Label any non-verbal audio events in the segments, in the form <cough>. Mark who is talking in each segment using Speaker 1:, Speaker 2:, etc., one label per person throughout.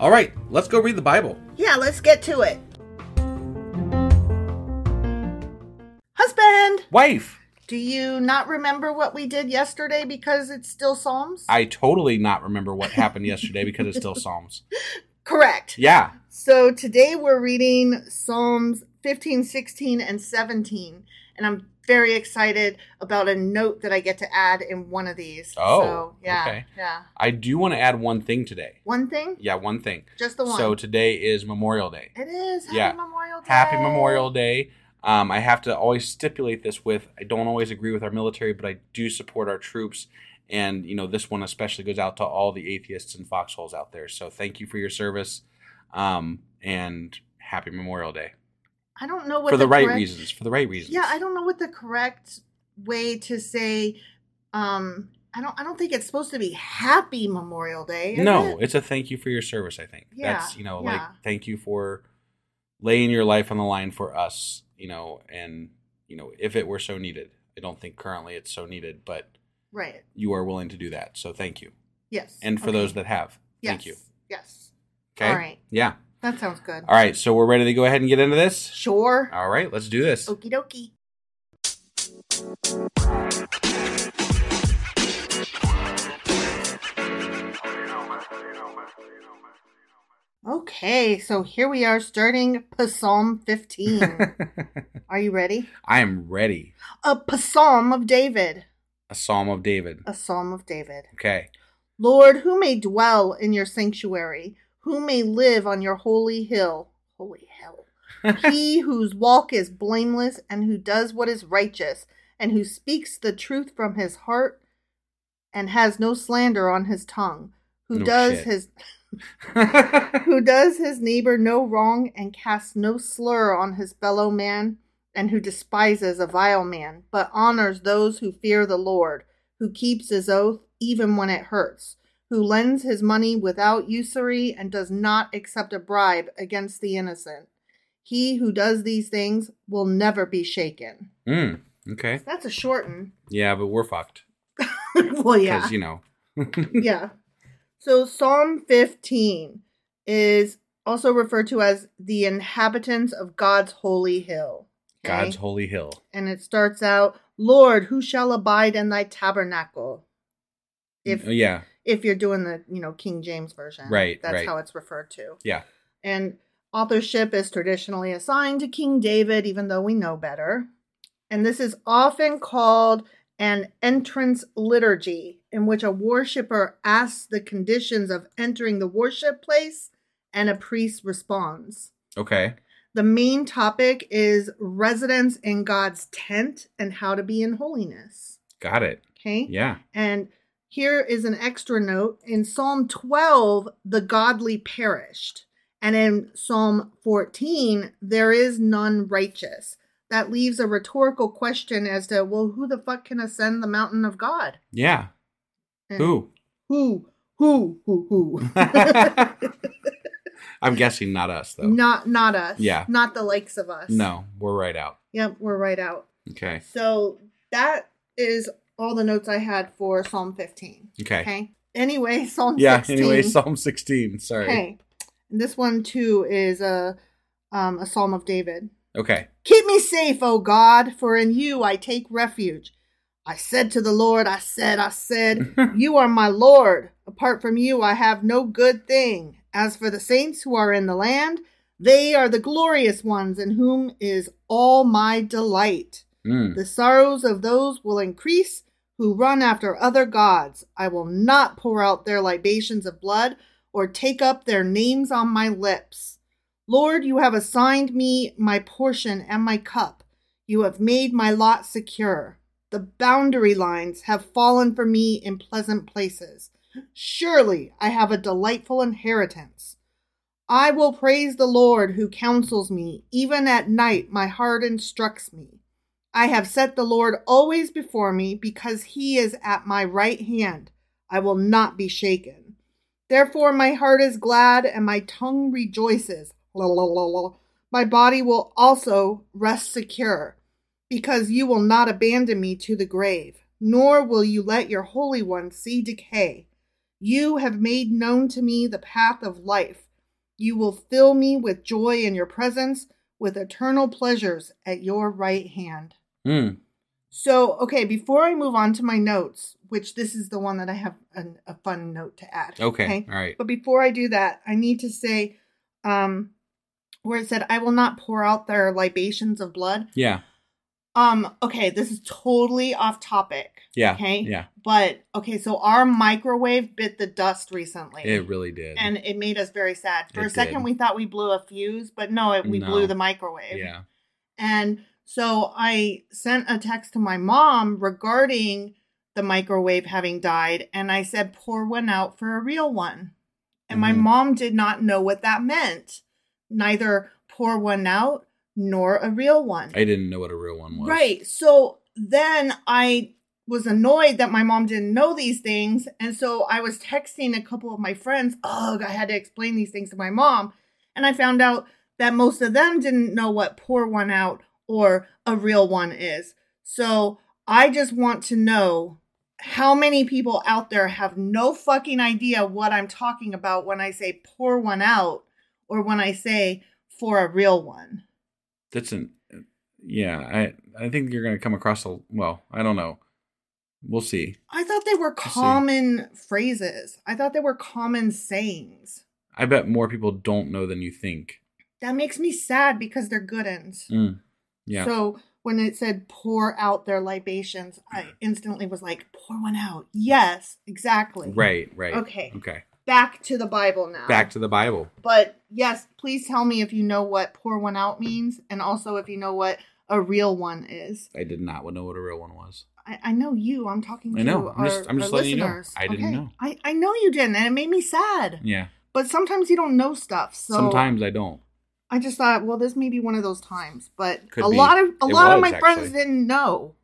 Speaker 1: All right, let's go read the Bible.
Speaker 2: Yeah, let's get to it. Husband,
Speaker 1: Wife!
Speaker 2: do you not remember what we did yesterday because it's still Psalms?
Speaker 1: I totally not remember what happened yesterday because it's still Psalms.
Speaker 2: Correct.
Speaker 1: Yeah.
Speaker 2: So today we're reading Psalms 15, 16, and 17. And I'm very excited about a note that I get to add in one of these.
Speaker 1: Oh,
Speaker 2: so, yeah.
Speaker 1: okay.
Speaker 2: Yeah.
Speaker 1: I do want to add one thing today.
Speaker 2: One thing?
Speaker 1: Yeah, one thing.
Speaker 2: Just the one.
Speaker 1: So today is Memorial Day.
Speaker 2: it is. Happy
Speaker 1: yeah.
Speaker 2: Memorial Day.
Speaker 1: Happy Memorial Day. Um, I have to always stipulate this with I don't always agree with our military, but I do support our troops. And, you know, this one especially goes out to all the atheists and foxholes out there. So thank you for your service um, and happy Memorial Day.
Speaker 2: I don't know what
Speaker 1: For the, right
Speaker 2: correct-
Speaker 1: reasons. For the right reasons.
Speaker 2: Yeah, I don't know what the correct way to say. Um, I don't. I don't think it's supposed to be Happy Memorial Day. is
Speaker 1: No,
Speaker 2: it?
Speaker 1: it's a thank you for your service, I think.
Speaker 2: Yeah,
Speaker 1: That's, you know, like
Speaker 2: yeah.
Speaker 1: thank you for laying your life on the line for us, you know, and, you know, if it were so needed. I don't think currently it's so needed, but
Speaker 2: right.
Speaker 1: you are willing to do that. So thank you.
Speaker 2: Yes.
Speaker 1: And for
Speaker 2: Okay.
Speaker 1: those that have,
Speaker 2: Yes.
Speaker 1: thank you.
Speaker 2: Yes,
Speaker 1: Okay.
Speaker 2: All right.
Speaker 1: Yeah.
Speaker 2: that sounds good.
Speaker 1: All right. So we're ready to go ahead and get into this.
Speaker 2: Sure.
Speaker 1: All right. Let's do this.
Speaker 2: Okie dokie. Okay, so here we are starting Psalm
Speaker 1: <laughs>
Speaker 2: 15. are you ready?
Speaker 1: <laughs> I am ready.
Speaker 2: A psalm of David.
Speaker 1: A Psalm of David.
Speaker 2: A psalm of David.
Speaker 1: Okay.
Speaker 2: Lord, who may dwell in your sanctuary? Who may live on your holy hill? Holy
Speaker 1: <laughs>
Speaker 2: hill. he whose walk is blameless and who does what is righteous and who speaks the truth from his heart and has no slander on his tongue, who
Speaker 1: No
Speaker 2: does
Speaker 1: shit.
Speaker 2: his
Speaker 1: <laughs>
Speaker 2: who does his neighbor no wrong and casts no slur on his fellow man, and who despises a vile man, but honors those who fear the Lord, who keeps his oath even when it hurts, who lends his money without usury and does not accept a bribe against the innocent. He who does these things will never be shaken.
Speaker 1: Mm, okay.
Speaker 2: That's a shorten.
Speaker 1: Yeah, but we're fucked
Speaker 2: <laughs> well, yeah.
Speaker 1: because you know.
Speaker 2: yeah. So Psalm 15 is also referred to as the inhabitants of God's holy hill. okay?
Speaker 1: God's holy hill.
Speaker 2: And it starts out, Lord, who shall abide in thy tabernacle? If
Speaker 1: Oh, yeah,
Speaker 2: if you're doing the, you know, King James version.
Speaker 1: Right,
Speaker 2: That's
Speaker 1: right.
Speaker 2: how it's referred to.
Speaker 1: yeah,
Speaker 2: And authorship is traditionally assigned to King David, even though we know better. And this is often called an entrance liturgy, in which a worshiper asks the conditions of entering the worship place and a priest responds.
Speaker 1: okay.
Speaker 2: The main topic is residence in God's tent and how to be in holiness.
Speaker 1: Got it.
Speaker 2: Okay?
Speaker 1: Yeah.
Speaker 2: And here is an extra note in Psalm 12, the godly perished. And in Psalm 14, there is none righteous. That leaves a rhetorical question as to, well, who the fuck can ascend the mountain of God?
Speaker 1: Yeah.
Speaker 2: And
Speaker 1: Who? <laughs>
Speaker 2: Who? Who? Who? Who? <laughs>
Speaker 1: I'm guessing not us though.
Speaker 2: not, not us.
Speaker 1: Yeah.
Speaker 2: Not the likes of us.
Speaker 1: No, we're right out.
Speaker 2: Yep, we're right out.
Speaker 1: Okay.
Speaker 2: So that is all the notes I had for Psalm 15.
Speaker 1: Okay.
Speaker 2: Okay. Anyway, <laughs> Psalm
Speaker 1: Yeah.
Speaker 2: 16.
Speaker 1: Anyway, Psalm 16. Sorry.
Speaker 2: Okay. And this one too is a um, a psalm of David.
Speaker 1: Okay.
Speaker 2: Keep me safe, O God, for in you I take refuge. I said to the Lord, I said, I said, You are my Lord. Apart from you, I have no good thing. As for the saints who are in the land, they are the glorious ones in whom is all my delight.
Speaker 1: Mm.
Speaker 2: The sorrows of those will increase who run after other gods. I will not pour out their libations of blood or take up their names on my lips. Lord, you have assigned me my portion and my cup. You have made my lot secure. The boundary lines have fallen for me in pleasant places. Surely I have a delightful inheritance. I will praise the Lord who counsels me. Even at night, my heart instructs me. I have set the Lord always before me because he is at my right hand. I will not be shaken. Therefore, my heart is glad and my tongue rejoices. La, la, la, la. My body will also rest secure because you will not abandon me to the grave, nor will you let your Holy One see decay. You have made known to me the path of life. You will fill me with joy in your presence, with eternal pleasures at your right hand.
Speaker 1: Mm.
Speaker 2: So, okay, before I move on to my notes, which this is the one that I have an, a fun note to add.
Speaker 1: Okay, all right.
Speaker 2: But before I do that, I need to say um, where it said, I will not pour out their libations of blood.
Speaker 1: Yeah.
Speaker 2: Um, okay, this is totally off topic.
Speaker 1: Yeah,
Speaker 2: Okay.
Speaker 1: yeah.
Speaker 2: But okay, so our microwave bit the dust recently.
Speaker 1: It really did.
Speaker 2: and it made us very sad. For
Speaker 1: It
Speaker 2: a second,
Speaker 1: did.
Speaker 2: we thought we blew a fuse, but no, it, we
Speaker 1: No.
Speaker 2: blew the microwave.
Speaker 1: yeah.
Speaker 2: And so I sent a text to my mom regarding the microwave having died. And I said, pour one out for a real one. And my
Speaker 1: Mhm.
Speaker 2: mom did not know what that meant. Neither pour one out nor a real one.
Speaker 1: I didn't know what a real one was.
Speaker 2: Right. So then I was annoyed that my mom didn't know these things. And so I was texting a couple of my friends. Ugh, I had to explain these things to my mom. And I found out that most of them didn't know what pour one out or a real one is. So I just want to know how many people out there have no fucking idea what I'm talking about when I say pour one out or when I say for a real one.
Speaker 1: That's an. Yeah. I I think you're gonna come across a. Well, I don't know. We'll see.
Speaker 2: I thought they were
Speaker 1: see.
Speaker 2: common phrases. I thought they were common sayings.
Speaker 1: I bet more people don't know than you think.
Speaker 2: That makes me sad because they're good ends.
Speaker 1: Mm. Yeah.
Speaker 2: So when it said pour out their libations, I instantly was like, pour one out. Yes, exactly.
Speaker 1: Right, right.
Speaker 2: Okay.
Speaker 1: Okay.
Speaker 2: Back to the Bible now.
Speaker 1: Back to the Bible.
Speaker 2: But yes, please tell me if you know what pour one out means and also if you know what a real one is.
Speaker 1: I did not know what a real one was.
Speaker 2: I, I know you. I'm talking to
Speaker 1: I know.
Speaker 2: Our,
Speaker 1: I'm just- I'm just
Speaker 2: our
Speaker 1: letting you know.
Speaker 2: listeners.
Speaker 1: I didn't know.
Speaker 2: I, I know you didn't, and it made me sad.
Speaker 1: Yeah.
Speaker 2: But sometimes you don't know stuff. So
Speaker 1: Sometimes I don't.
Speaker 2: I just thought, well, this may be one of those times. But
Speaker 1: Could
Speaker 2: a
Speaker 1: be.
Speaker 2: lot of a
Speaker 1: It
Speaker 2: lot of
Speaker 1: was,
Speaker 2: my friends
Speaker 1: actually.
Speaker 2: didn't know.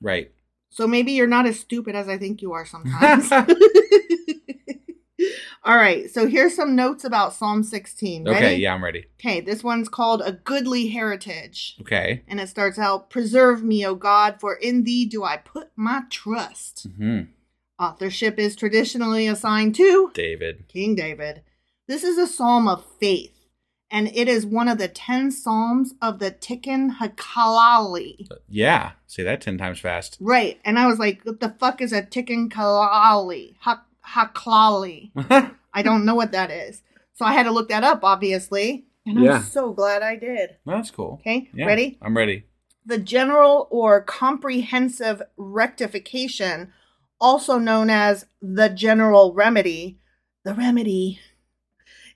Speaker 1: Right.
Speaker 2: So maybe you're not as stupid as I think
Speaker 1: <laughs>
Speaker 2: you are sometimes. <laughs> All right. So here's some notes about Psalm 16. Ready?
Speaker 1: Okay. Yeah, I'm ready.
Speaker 2: Okay. This one's called A Goodly Heritage.
Speaker 1: Okay.
Speaker 2: And it starts out Preserve me, O God, for in thee do I put my trust.
Speaker 1: Hmm.
Speaker 2: Authorship is traditionally assigned to
Speaker 1: David.
Speaker 2: King David. This is a psalm of faith, and it is one of the 10 psalms of the Tikkun Hakalali.
Speaker 1: Yeah. Say that ten times fast.
Speaker 2: Right. And I was like, what the fuck is a Tikkun Kalali? Ha- Haklali. I don't know what that is. So I had to look that up, obviously. And I'm
Speaker 1: Yeah.
Speaker 2: so glad I did.
Speaker 1: That's cool.
Speaker 2: Okay,
Speaker 1: Yeah,
Speaker 2: ready?
Speaker 1: I'm ready.
Speaker 2: The general or comprehensive rectification, also known as the general remedy, the remedy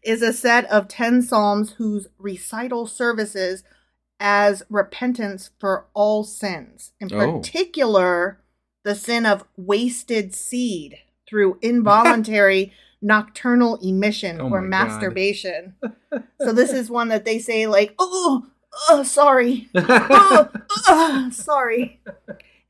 Speaker 2: is a set of 10 psalms whose recital services as repentance for all sins, in
Speaker 1: Oh.
Speaker 2: particular the sin of wasted seed through
Speaker 1: <laughs>
Speaker 2: involuntary nocturnal emission
Speaker 1: Oh
Speaker 2: or
Speaker 1: my God. <laughs>
Speaker 2: masturbation. so this is one that they say like, "Oh,
Speaker 1: <laughs>
Speaker 2: oh sorry. Oh, oh, sorry."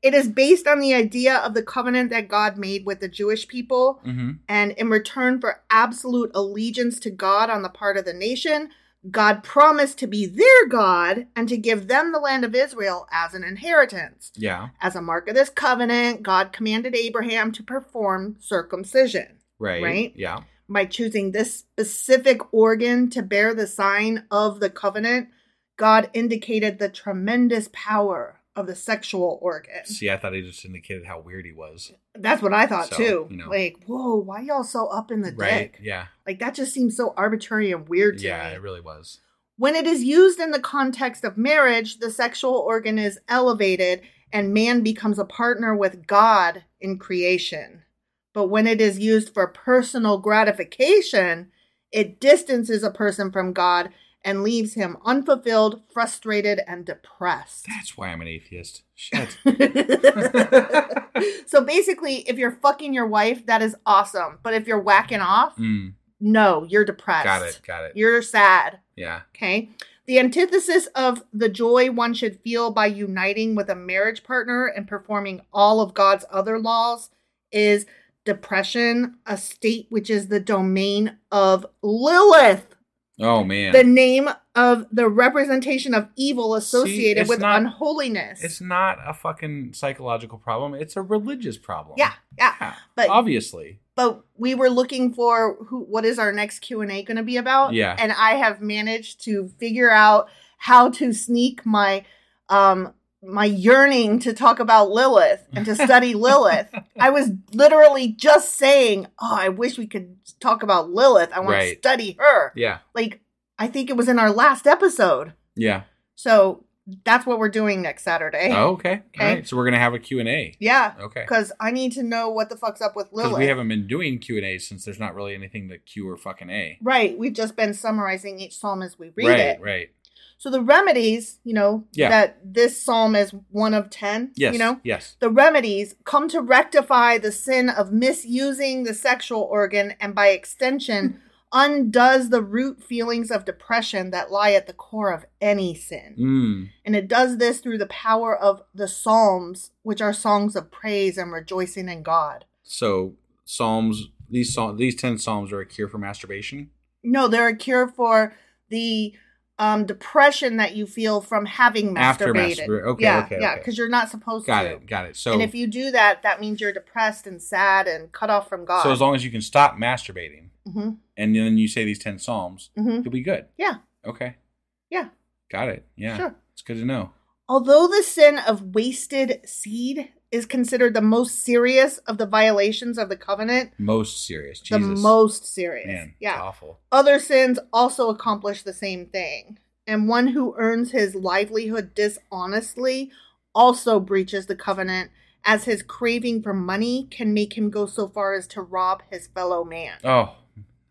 Speaker 2: It is based on the idea of the covenant that God made with the Jewish people
Speaker 1: Mm-hmm.
Speaker 2: and in return for absolute allegiance to God on the part of the nation, God promised to be their God and to give them the land of Israel as an inheritance.
Speaker 1: Yeah.
Speaker 2: As a mark of this covenant, God commanded Abraham to perform circumcision
Speaker 1: Right.
Speaker 2: Right?
Speaker 1: Yeah.
Speaker 2: by choosing this specific organ to bear the sign of the covenant. God indicated the tremendous power of the sexual organ.
Speaker 1: See, I thought he just indicated how weird he was.
Speaker 2: That's what I thought
Speaker 1: So,
Speaker 2: too.
Speaker 1: you know.
Speaker 2: Like, whoa, why y'all so up in the
Speaker 1: Right.
Speaker 2: dick?
Speaker 1: Yeah.
Speaker 2: Like that just seems so arbitrary and weird to
Speaker 1: Yeah.
Speaker 2: me.
Speaker 1: It really was.
Speaker 2: when it is used in the context of marriage, the sexual organ is elevated and man becomes a partner with God in creation. But when it is used for personal gratification, it distances a person from God and leaves him unfulfilled, frustrated, and
Speaker 1: <laughs>
Speaker 2: depressed.
Speaker 1: That's why I'm an atheist.
Speaker 2: <laughs>
Speaker 1: Shit.
Speaker 2: so basically, if you're fucking your wife, that is awesome. But if you're whacking off,
Speaker 1: Mm.
Speaker 2: no, you're depressed.
Speaker 1: Got it. Got it.
Speaker 2: You're sad.
Speaker 1: yeah.
Speaker 2: Okay. The antithesis of the joy one should feel by uniting with a marriage partner and performing all of God's other laws is depression, a state which is the domain of Lilith,
Speaker 1: Oh man.
Speaker 2: the name of the representation of evil
Speaker 1: See,
Speaker 2: associated
Speaker 1: it's
Speaker 2: with
Speaker 1: not-
Speaker 2: unholiness.
Speaker 1: it's not a fucking psychological problem. It's a religious problem.
Speaker 2: yeah, yeah,
Speaker 1: Yeah.
Speaker 2: But-
Speaker 1: obviously.
Speaker 2: But we were looking for who what is our next Q&A going to be about?
Speaker 1: Yeah.
Speaker 2: And I have managed to figure out how to sneak my um my yearning to talk about Lilith and
Speaker 1: <laughs>
Speaker 2: to study Lilith. I was literally just saying, "Oh, I wish we could talk about Lilith. I want
Speaker 1: Right.
Speaker 2: to study her."
Speaker 1: Yeah.
Speaker 2: Like I think it was in our last episode.
Speaker 1: Yeah.
Speaker 2: So that's what we're doing next Saturday.
Speaker 1: Oh, okay. All
Speaker 2: Okay.
Speaker 1: right. So we're gonna have a Q and A
Speaker 2: Yeah.
Speaker 1: Okay.
Speaker 2: Cuz I need to know what the fuck's up with
Speaker 1: because
Speaker 2: Lilith.
Speaker 1: we haven't been doing Q and A since there's not really anything to Q or fucking A.
Speaker 2: Right. We've just been summarizing each psalm as we read
Speaker 1: right.
Speaker 2: it.
Speaker 1: Right.
Speaker 2: So the remedies, you know,
Speaker 1: Yeah.
Speaker 2: that this psalm is one of 10,
Speaker 1: Yes.
Speaker 2: you know,
Speaker 1: Yes.
Speaker 2: the remedies come to rectify the sin of misusing the sexual organ and
Speaker 1: <laughs>
Speaker 2: by extension undoes the root feelings of depression that lie at the core of any sin.
Speaker 1: Mm.
Speaker 2: And it does this through the power of the psalms, which are songs of praise and rejoicing in God.
Speaker 1: So Psalms. These psalm, these ten psalms are a cure for masturbation.
Speaker 2: No, they're a cure for the um, depression that you feel from having masturbated.
Speaker 1: After masturba- okay,
Speaker 2: yeah,
Speaker 1: okay,
Speaker 2: yeah,
Speaker 1: okay.
Speaker 2: because you're not supposed
Speaker 1: Got
Speaker 2: to.
Speaker 1: it. Got it. So
Speaker 2: and if you do that, that means you're depressed and sad and cut off from God.
Speaker 1: so as long as you can stop masturbating,
Speaker 2: hmm
Speaker 1: and then you say these ten psalms,
Speaker 2: Mhm.
Speaker 1: you'll be good.
Speaker 2: Yeah,
Speaker 1: Okay.
Speaker 2: yeah,
Speaker 1: Got it. Yeah.
Speaker 2: Sure.
Speaker 1: It's good to know.
Speaker 2: Although the sin of wasted seed is considered the most serious of the violations of the covenant,
Speaker 1: Most serious. Jesus.
Speaker 2: the most serious.
Speaker 1: Man.
Speaker 2: yeah.
Speaker 1: It's awful.
Speaker 2: Other sins also accomplish the same thing. And one who earns his livelihood dishonestly also breaches the covenant, as his craving for money can make him go so far as to rob his fellow man.
Speaker 1: Oh,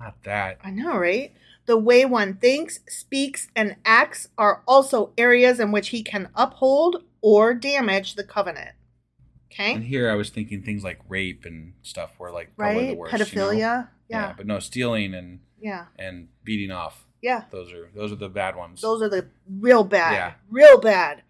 Speaker 1: not that.
Speaker 2: I know, right? The way one thinks, speaks, and acts are also areas in which he can uphold or damage the covenant. Okay?
Speaker 1: And here I was thinking things like rape and stuff were like probably the
Speaker 2: right?
Speaker 1: worst. you know?
Speaker 2: Pedophilia.
Speaker 1: yeah.
Speaker 2: Yeah.
Speaker 1: but no stealing and
Speaker 2: Yeah.
Speaker 1: and beating off.
Speaker 2: Yeah.
Speaker 1: Those are those are the bad ones.
Speaker 2: Those are the real bad.
Speaker 1: Yeah.
Speaker 2: Real bad.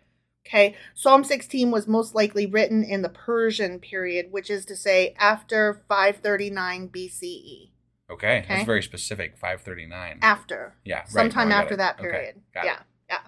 Speaker 2: Okay. Psalm 16 was most likely written in the Persian period, which is to say after 539 BCE.
Speaker 1: okay,
Speaker 2: Okay.
Speaker 1: that's very specific. Five thirty nine.
Speaker 2: After.
Speaker 1: Yeah, right.
Speaker 2: Sometime
Speaker 1: No, I got
Speaker 2: after
Speaker 1: it.
Speaker 2: that
Speaker 1: Okay,
Speaker 2: period.
Speaker 1: got it.
Speaker 2: yeah. Yeah.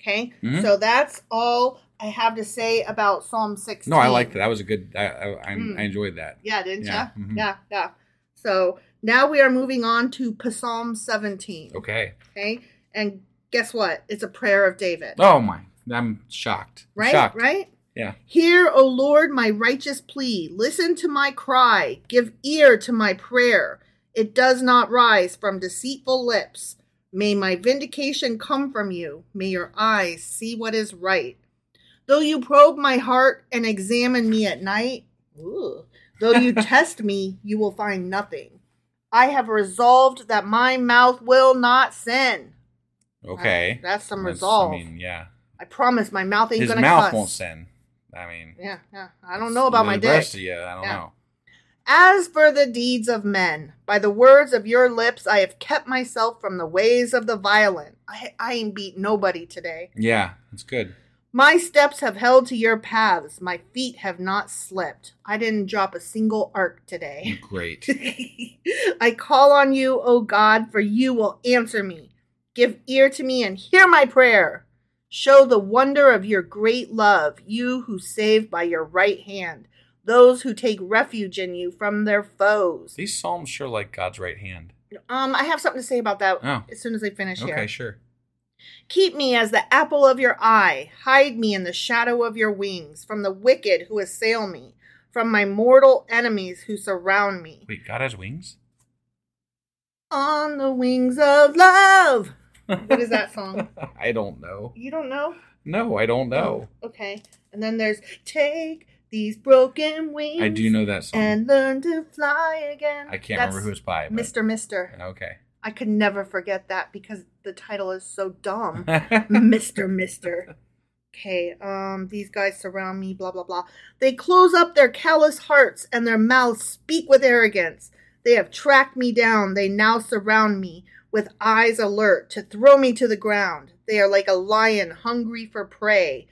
Speaker 2: Okay.
Speaker 1: Mhm.
Speaker 2: So that's all I have to say about Psalm 16.
Speaker 1: No, I like that. That was a good. I I, I,
Speaker 2: Mm.
Speaker 1: I enjoyed that.
Speaker 2: Yeah, didn't
Speaker 1: Yeah,
Speaker 2: you?
Speaker 1: mhm.
Speaker 2: Yeah. Yeah. So now we are moving on to Psalm 17.
Speaker 1: Okay.
Speaker 2: Okay. And guess what? It's a prayer of David.
Speaker 1: Oh my, I'm shocked.
Speaker 2: right?
Speaker 1: Shocked.
Speaker 2: Right?
Speaker 1: Yeah.
Speaker 2: Hear, O Lord, my righteous plea. Listen to my cry. Give ear to my prayer. It does not rise from deceitful lips. May my vindication come from you. May your eyes see what is right. Though you probe my heart and examine me at night, ooh,
Speaker 1: <laughs>
Speaker 2: though you test me, you will find nothing. I have resolved that my mouth will not sin.
Speaker 1: Okay.
Speaker 2: Uh, That's some
Speaker 1: That's-
Speaker 2: resolve.
Speaker 1: I mean, yeah.
Speaker 2: I promise my mouth ain't
Speaker 1: His
Speaker 2: gonna
Speaker 1: mouth
Speaker 2: cuss.
Speaker 1: won't sin. I mean,
Speaker 2: Yeah, yeah. I don't know about my
Speaker 1: the rest
Speaker 2: dick.
Speaker 1: of you. I don't
Speaker 2: Yeah.
Speaker 1: know.
Speaker 2: As for the deeds of men, by the words of your lips, I have kept myself from the ways of the violent. I, I ain't beat nobody today.
Speaker 1: Yeah, that's
Speaker 2: <laughs>
Speaker 1: good.
Speaker 2: My steps have held to your paths. My feet have not slipped. I didn't drop a single arc today. <laughs>
Speaker 1: Great.
Speaker 2: I call on you, O God, for you will answer me. Give ear to me and hear my prayer. Show the wonder of your great love, you who save by your right hand those who take refuge in you from their foes.
Speaker 1: These psalms sure like God's right hand.
Speaker 2: Um, I have something to say about that
Speaker 1: Oh.
Speaker 2: as soon as I finish
Speaker 1: Okay,
Speaker 2: here.
Speaker 1: sure.
Speaker 2: Keep me as the apple of your eye. Hide me in the shadow of your wings from the wicked who assail me, from my mortal enemies who surround me.
Speaker 1: Wait, God has wings? <laughs>
Speaker 2: On the wings of love. What is that
Speaker 1: <laughs>
Speaker 2: song?
Speaker 1: I don't know.
Speaker 2: You don't know?
Speaker 1: No, I don't know.
Speaker 2: Okay. And then there's Take These Broken Wings.
Speaker 1: I do know that song.
Speaker 2: And learn to fly again.
Speaker 1: I can't
Speaker 2: That's
Speaker 1: remember who it's by. but-
Speaker 2: Mr. Mister.
Speaker 1: Okay.
Speaker 2: I could never forget that because the title is so dumb. Mr. Mister. Okay, um, these guys surround me, blah, blah, blah. They close up their callous hearts and their mouths speak with arrogance. They have tracked me down. They now surround me with eyes alert to throw me to the ground. They are like a lion hungry for prey,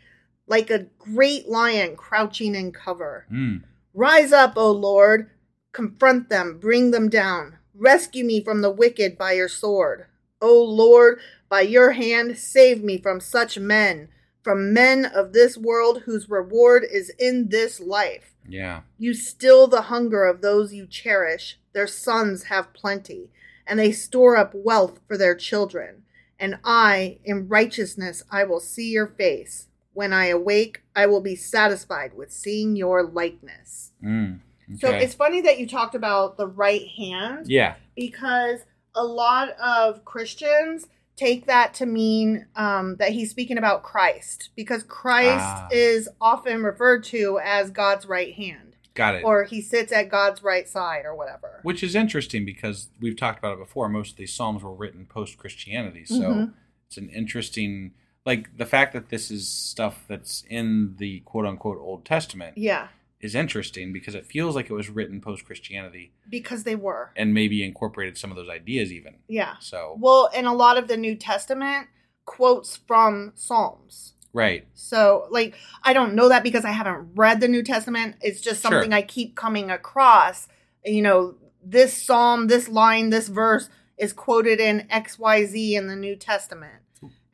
Speaker 2: like a great lion crouching in cover.
Speaker 1: Mm.
Speaker 2: Rise up, O Lord, confront them, bring them down. Rescue me from the wicked by your sword. O Lord, by your hand, save me from such men, from men of this world whose reward is in this life.
Speaker 1: Yeah.
Speaker 2: You still the hunger of those you cherish. Their sons have plenty, and they store up wealth for their children. And I, in righteousness, I will see your face. When I awake, I will be satisfied with seeing your likeness.
Speaker 1: Mm.
Speaker 2: So
Speaker 1: Okay.
Speaker 2: it's funny that you talked about the right hand
Speaker 1: yeah.
Speaker 2: because a lot of Christians take that to mean um, that he's speaking about Christ because Christ
Speaker 1: Ah.
Speaker 2: is often referred to as God's right hand
Speaker 1: Got it.
Speaker 2: or he sits at God's right side or whatever.
Speaker 1: Which is interesting because we've talked about it before. Most of these psalms were written post Christianity, so
Speaker 2: Mhm.
Speaker 1: it's an interesting, like the fact that this is stuff that's in the quote unquote Old Testament
Speaker 2: yeah,
Speaker 1: is interesting because it feels like it was written post Christianity
Speaker 2: because they were.
Speaker 1: and maybe incorporated some of those ideas even.
Speaker 2: Yeah.
Speaker 1: So
Speaker 2: Well, and a lot of the New Testament quotes from Psalms.
Speaker 1: right,
Speaker 2: So, like, I don't know that because I haven't read the New Testament. It's just
Speaker 1: Sure.
Speaker 2: something I keep coming across. You know, this psalm, this line, this verse is quoted in XYZ in the New Testament.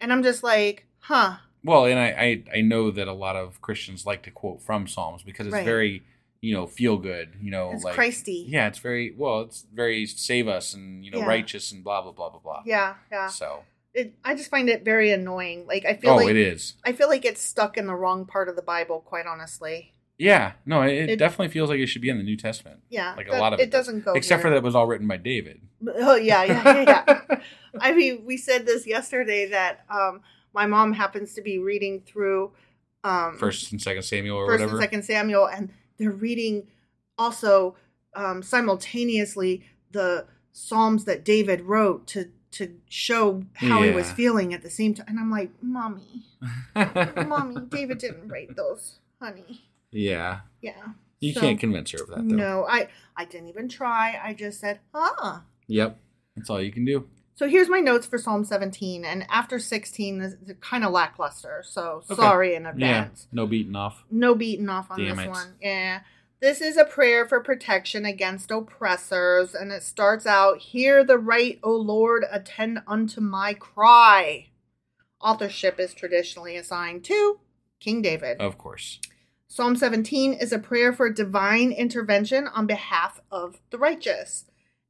Speaker 2: And I'm just like, huh,
Speaker 1: well, and I, I I know that a lot of Christians like to quote from Psalms because it's
Speaker 2: Right.
Speaker 1: very you know feel good you know
Speaker 2: it's
Speaker 1: like
Speaker 2: Christy.
Speaker 1: yeah it's very well it's very save us and you know
Speaker 2: Yeah.
Speaker 1: righteous and blah blah blah blah blah
Speaker 2: Yeah, yeah.
Speaker 1: so
Speaker 2: It, I just find it very annoying. Like, I feel
Speaker 1: oh,
Speaker 2: like
Speaker 1: it is.
Speaker 2: I feel like it's stuck in the wrong part of the Bible, quite honestly. <laughs>
Speaker 1: Yeah, no, it,
Speaker 2: It-
Speaker 1: it definitely feels like it should be in the New Testament.
Speaker 2: Yeah,
Speaker 1: like a
Speaker 2: that-
Speaker 1: lot of
Speaker 2: it
Speaker 1: it,
Speaker 2: doesn't go
Speaker 1: except
Speaker 2: here.
Speaker 1: for that it was all written by David.
Speaker 2: Oh yeah, yeah, yeah.
Speaker 1: <laughs>
Speaker 2: yeah. I mean, we said this yesterday that um, my mom happens to be reading through um,
Speaker 1: First and Second Samuel or
Speaker 2: First
Speaker 1: whatever.
Speaker 2: and Second Samuel, and they're reading also um, simultaneously the psalms that David wrote to to show how he was
Speaker 1: Yeah.
Speaker 2: feeling at the same time. And I'm like,
Speaker 1: <laughs>
Speaker 2: mommy, mommy, David didn't write those, honey.
Speaker 1: yeah,
Speaker 2: Yeah.
Speaker 1: you
Speaker 2: So-
Speaker 1: can't convince her of that though.
Speaker 2: No, I I didn't even try. I just said, huh.
Speaker 1: Yep, that's all you can do.
Speaker 2: So here's my notes for Psalm 17, and after 16, this- they're kind of lackluster. So
Speaker 1: Okay.
Speaker 2: sorry in
Speaker 1: Yeah,
Speaker 2: advance.
Speaker 1: no beating off.
Speaker 2: No beating off on
Speaker 1: Damn
Speaker 2: this
Speaker 1: it.
Speaker 2: one. Yeah. This is a prayer for protection against oppressors, and it starts out Hear the right, O Lord, attend unto my cry. Authorship is traditionally assigned to King David.
Speaker 1: Of course.
Speaker 2: Psalm 17 is a prayer for divine intervention on behalf of the righteous,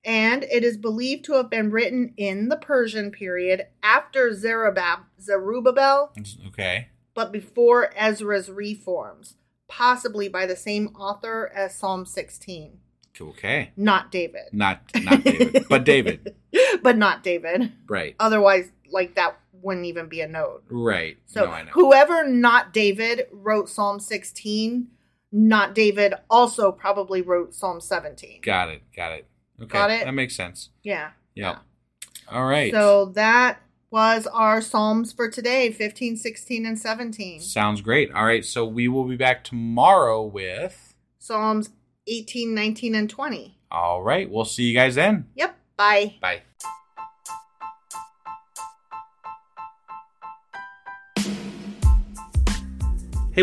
Speaker 2: and it is believed to have been written in the Persian period after Zerubbab- Zerubbabel,
Speaker 1: Okay.
Speaker 2: but before Ezra's reforms, possibly by the same author as Psalm 16.
Speaker 1: Okay.
Speaker 2: Not David.
Speaker 1: Not not
Speaker 2: <laughs>
Speaker 1: David, but David.
Speaker 2: but not David.
Speaker 1: Right.
Speaker 2: Otherwise, like that wouldn't even be a note.
Speaker 1: Right.
Speaker 2: So
Speaker 1: no, I know.
Speaker 2: whoever not David wrote Psalm 16, not David also probably wrote Psalm 17.
Speaker 1: Got it. Got it. Okay.
Speaker 2: Got it?
Speaker 1: That makes sense.
Speaker 2: Yeah.
Speaker 1: Yep. All right.
Speaker 2: So that was our Psalms for today, 15, 16, and 17.
Speaker 1: sounds great. All right. So we will be back tomorrow with.
Speaker 2: Psalms 18, 19, and 20.
Speaker 1: All right. We'll see you guys then.
Speaker 2: Yep. Bye.
Speaker 1: Bye. Hey,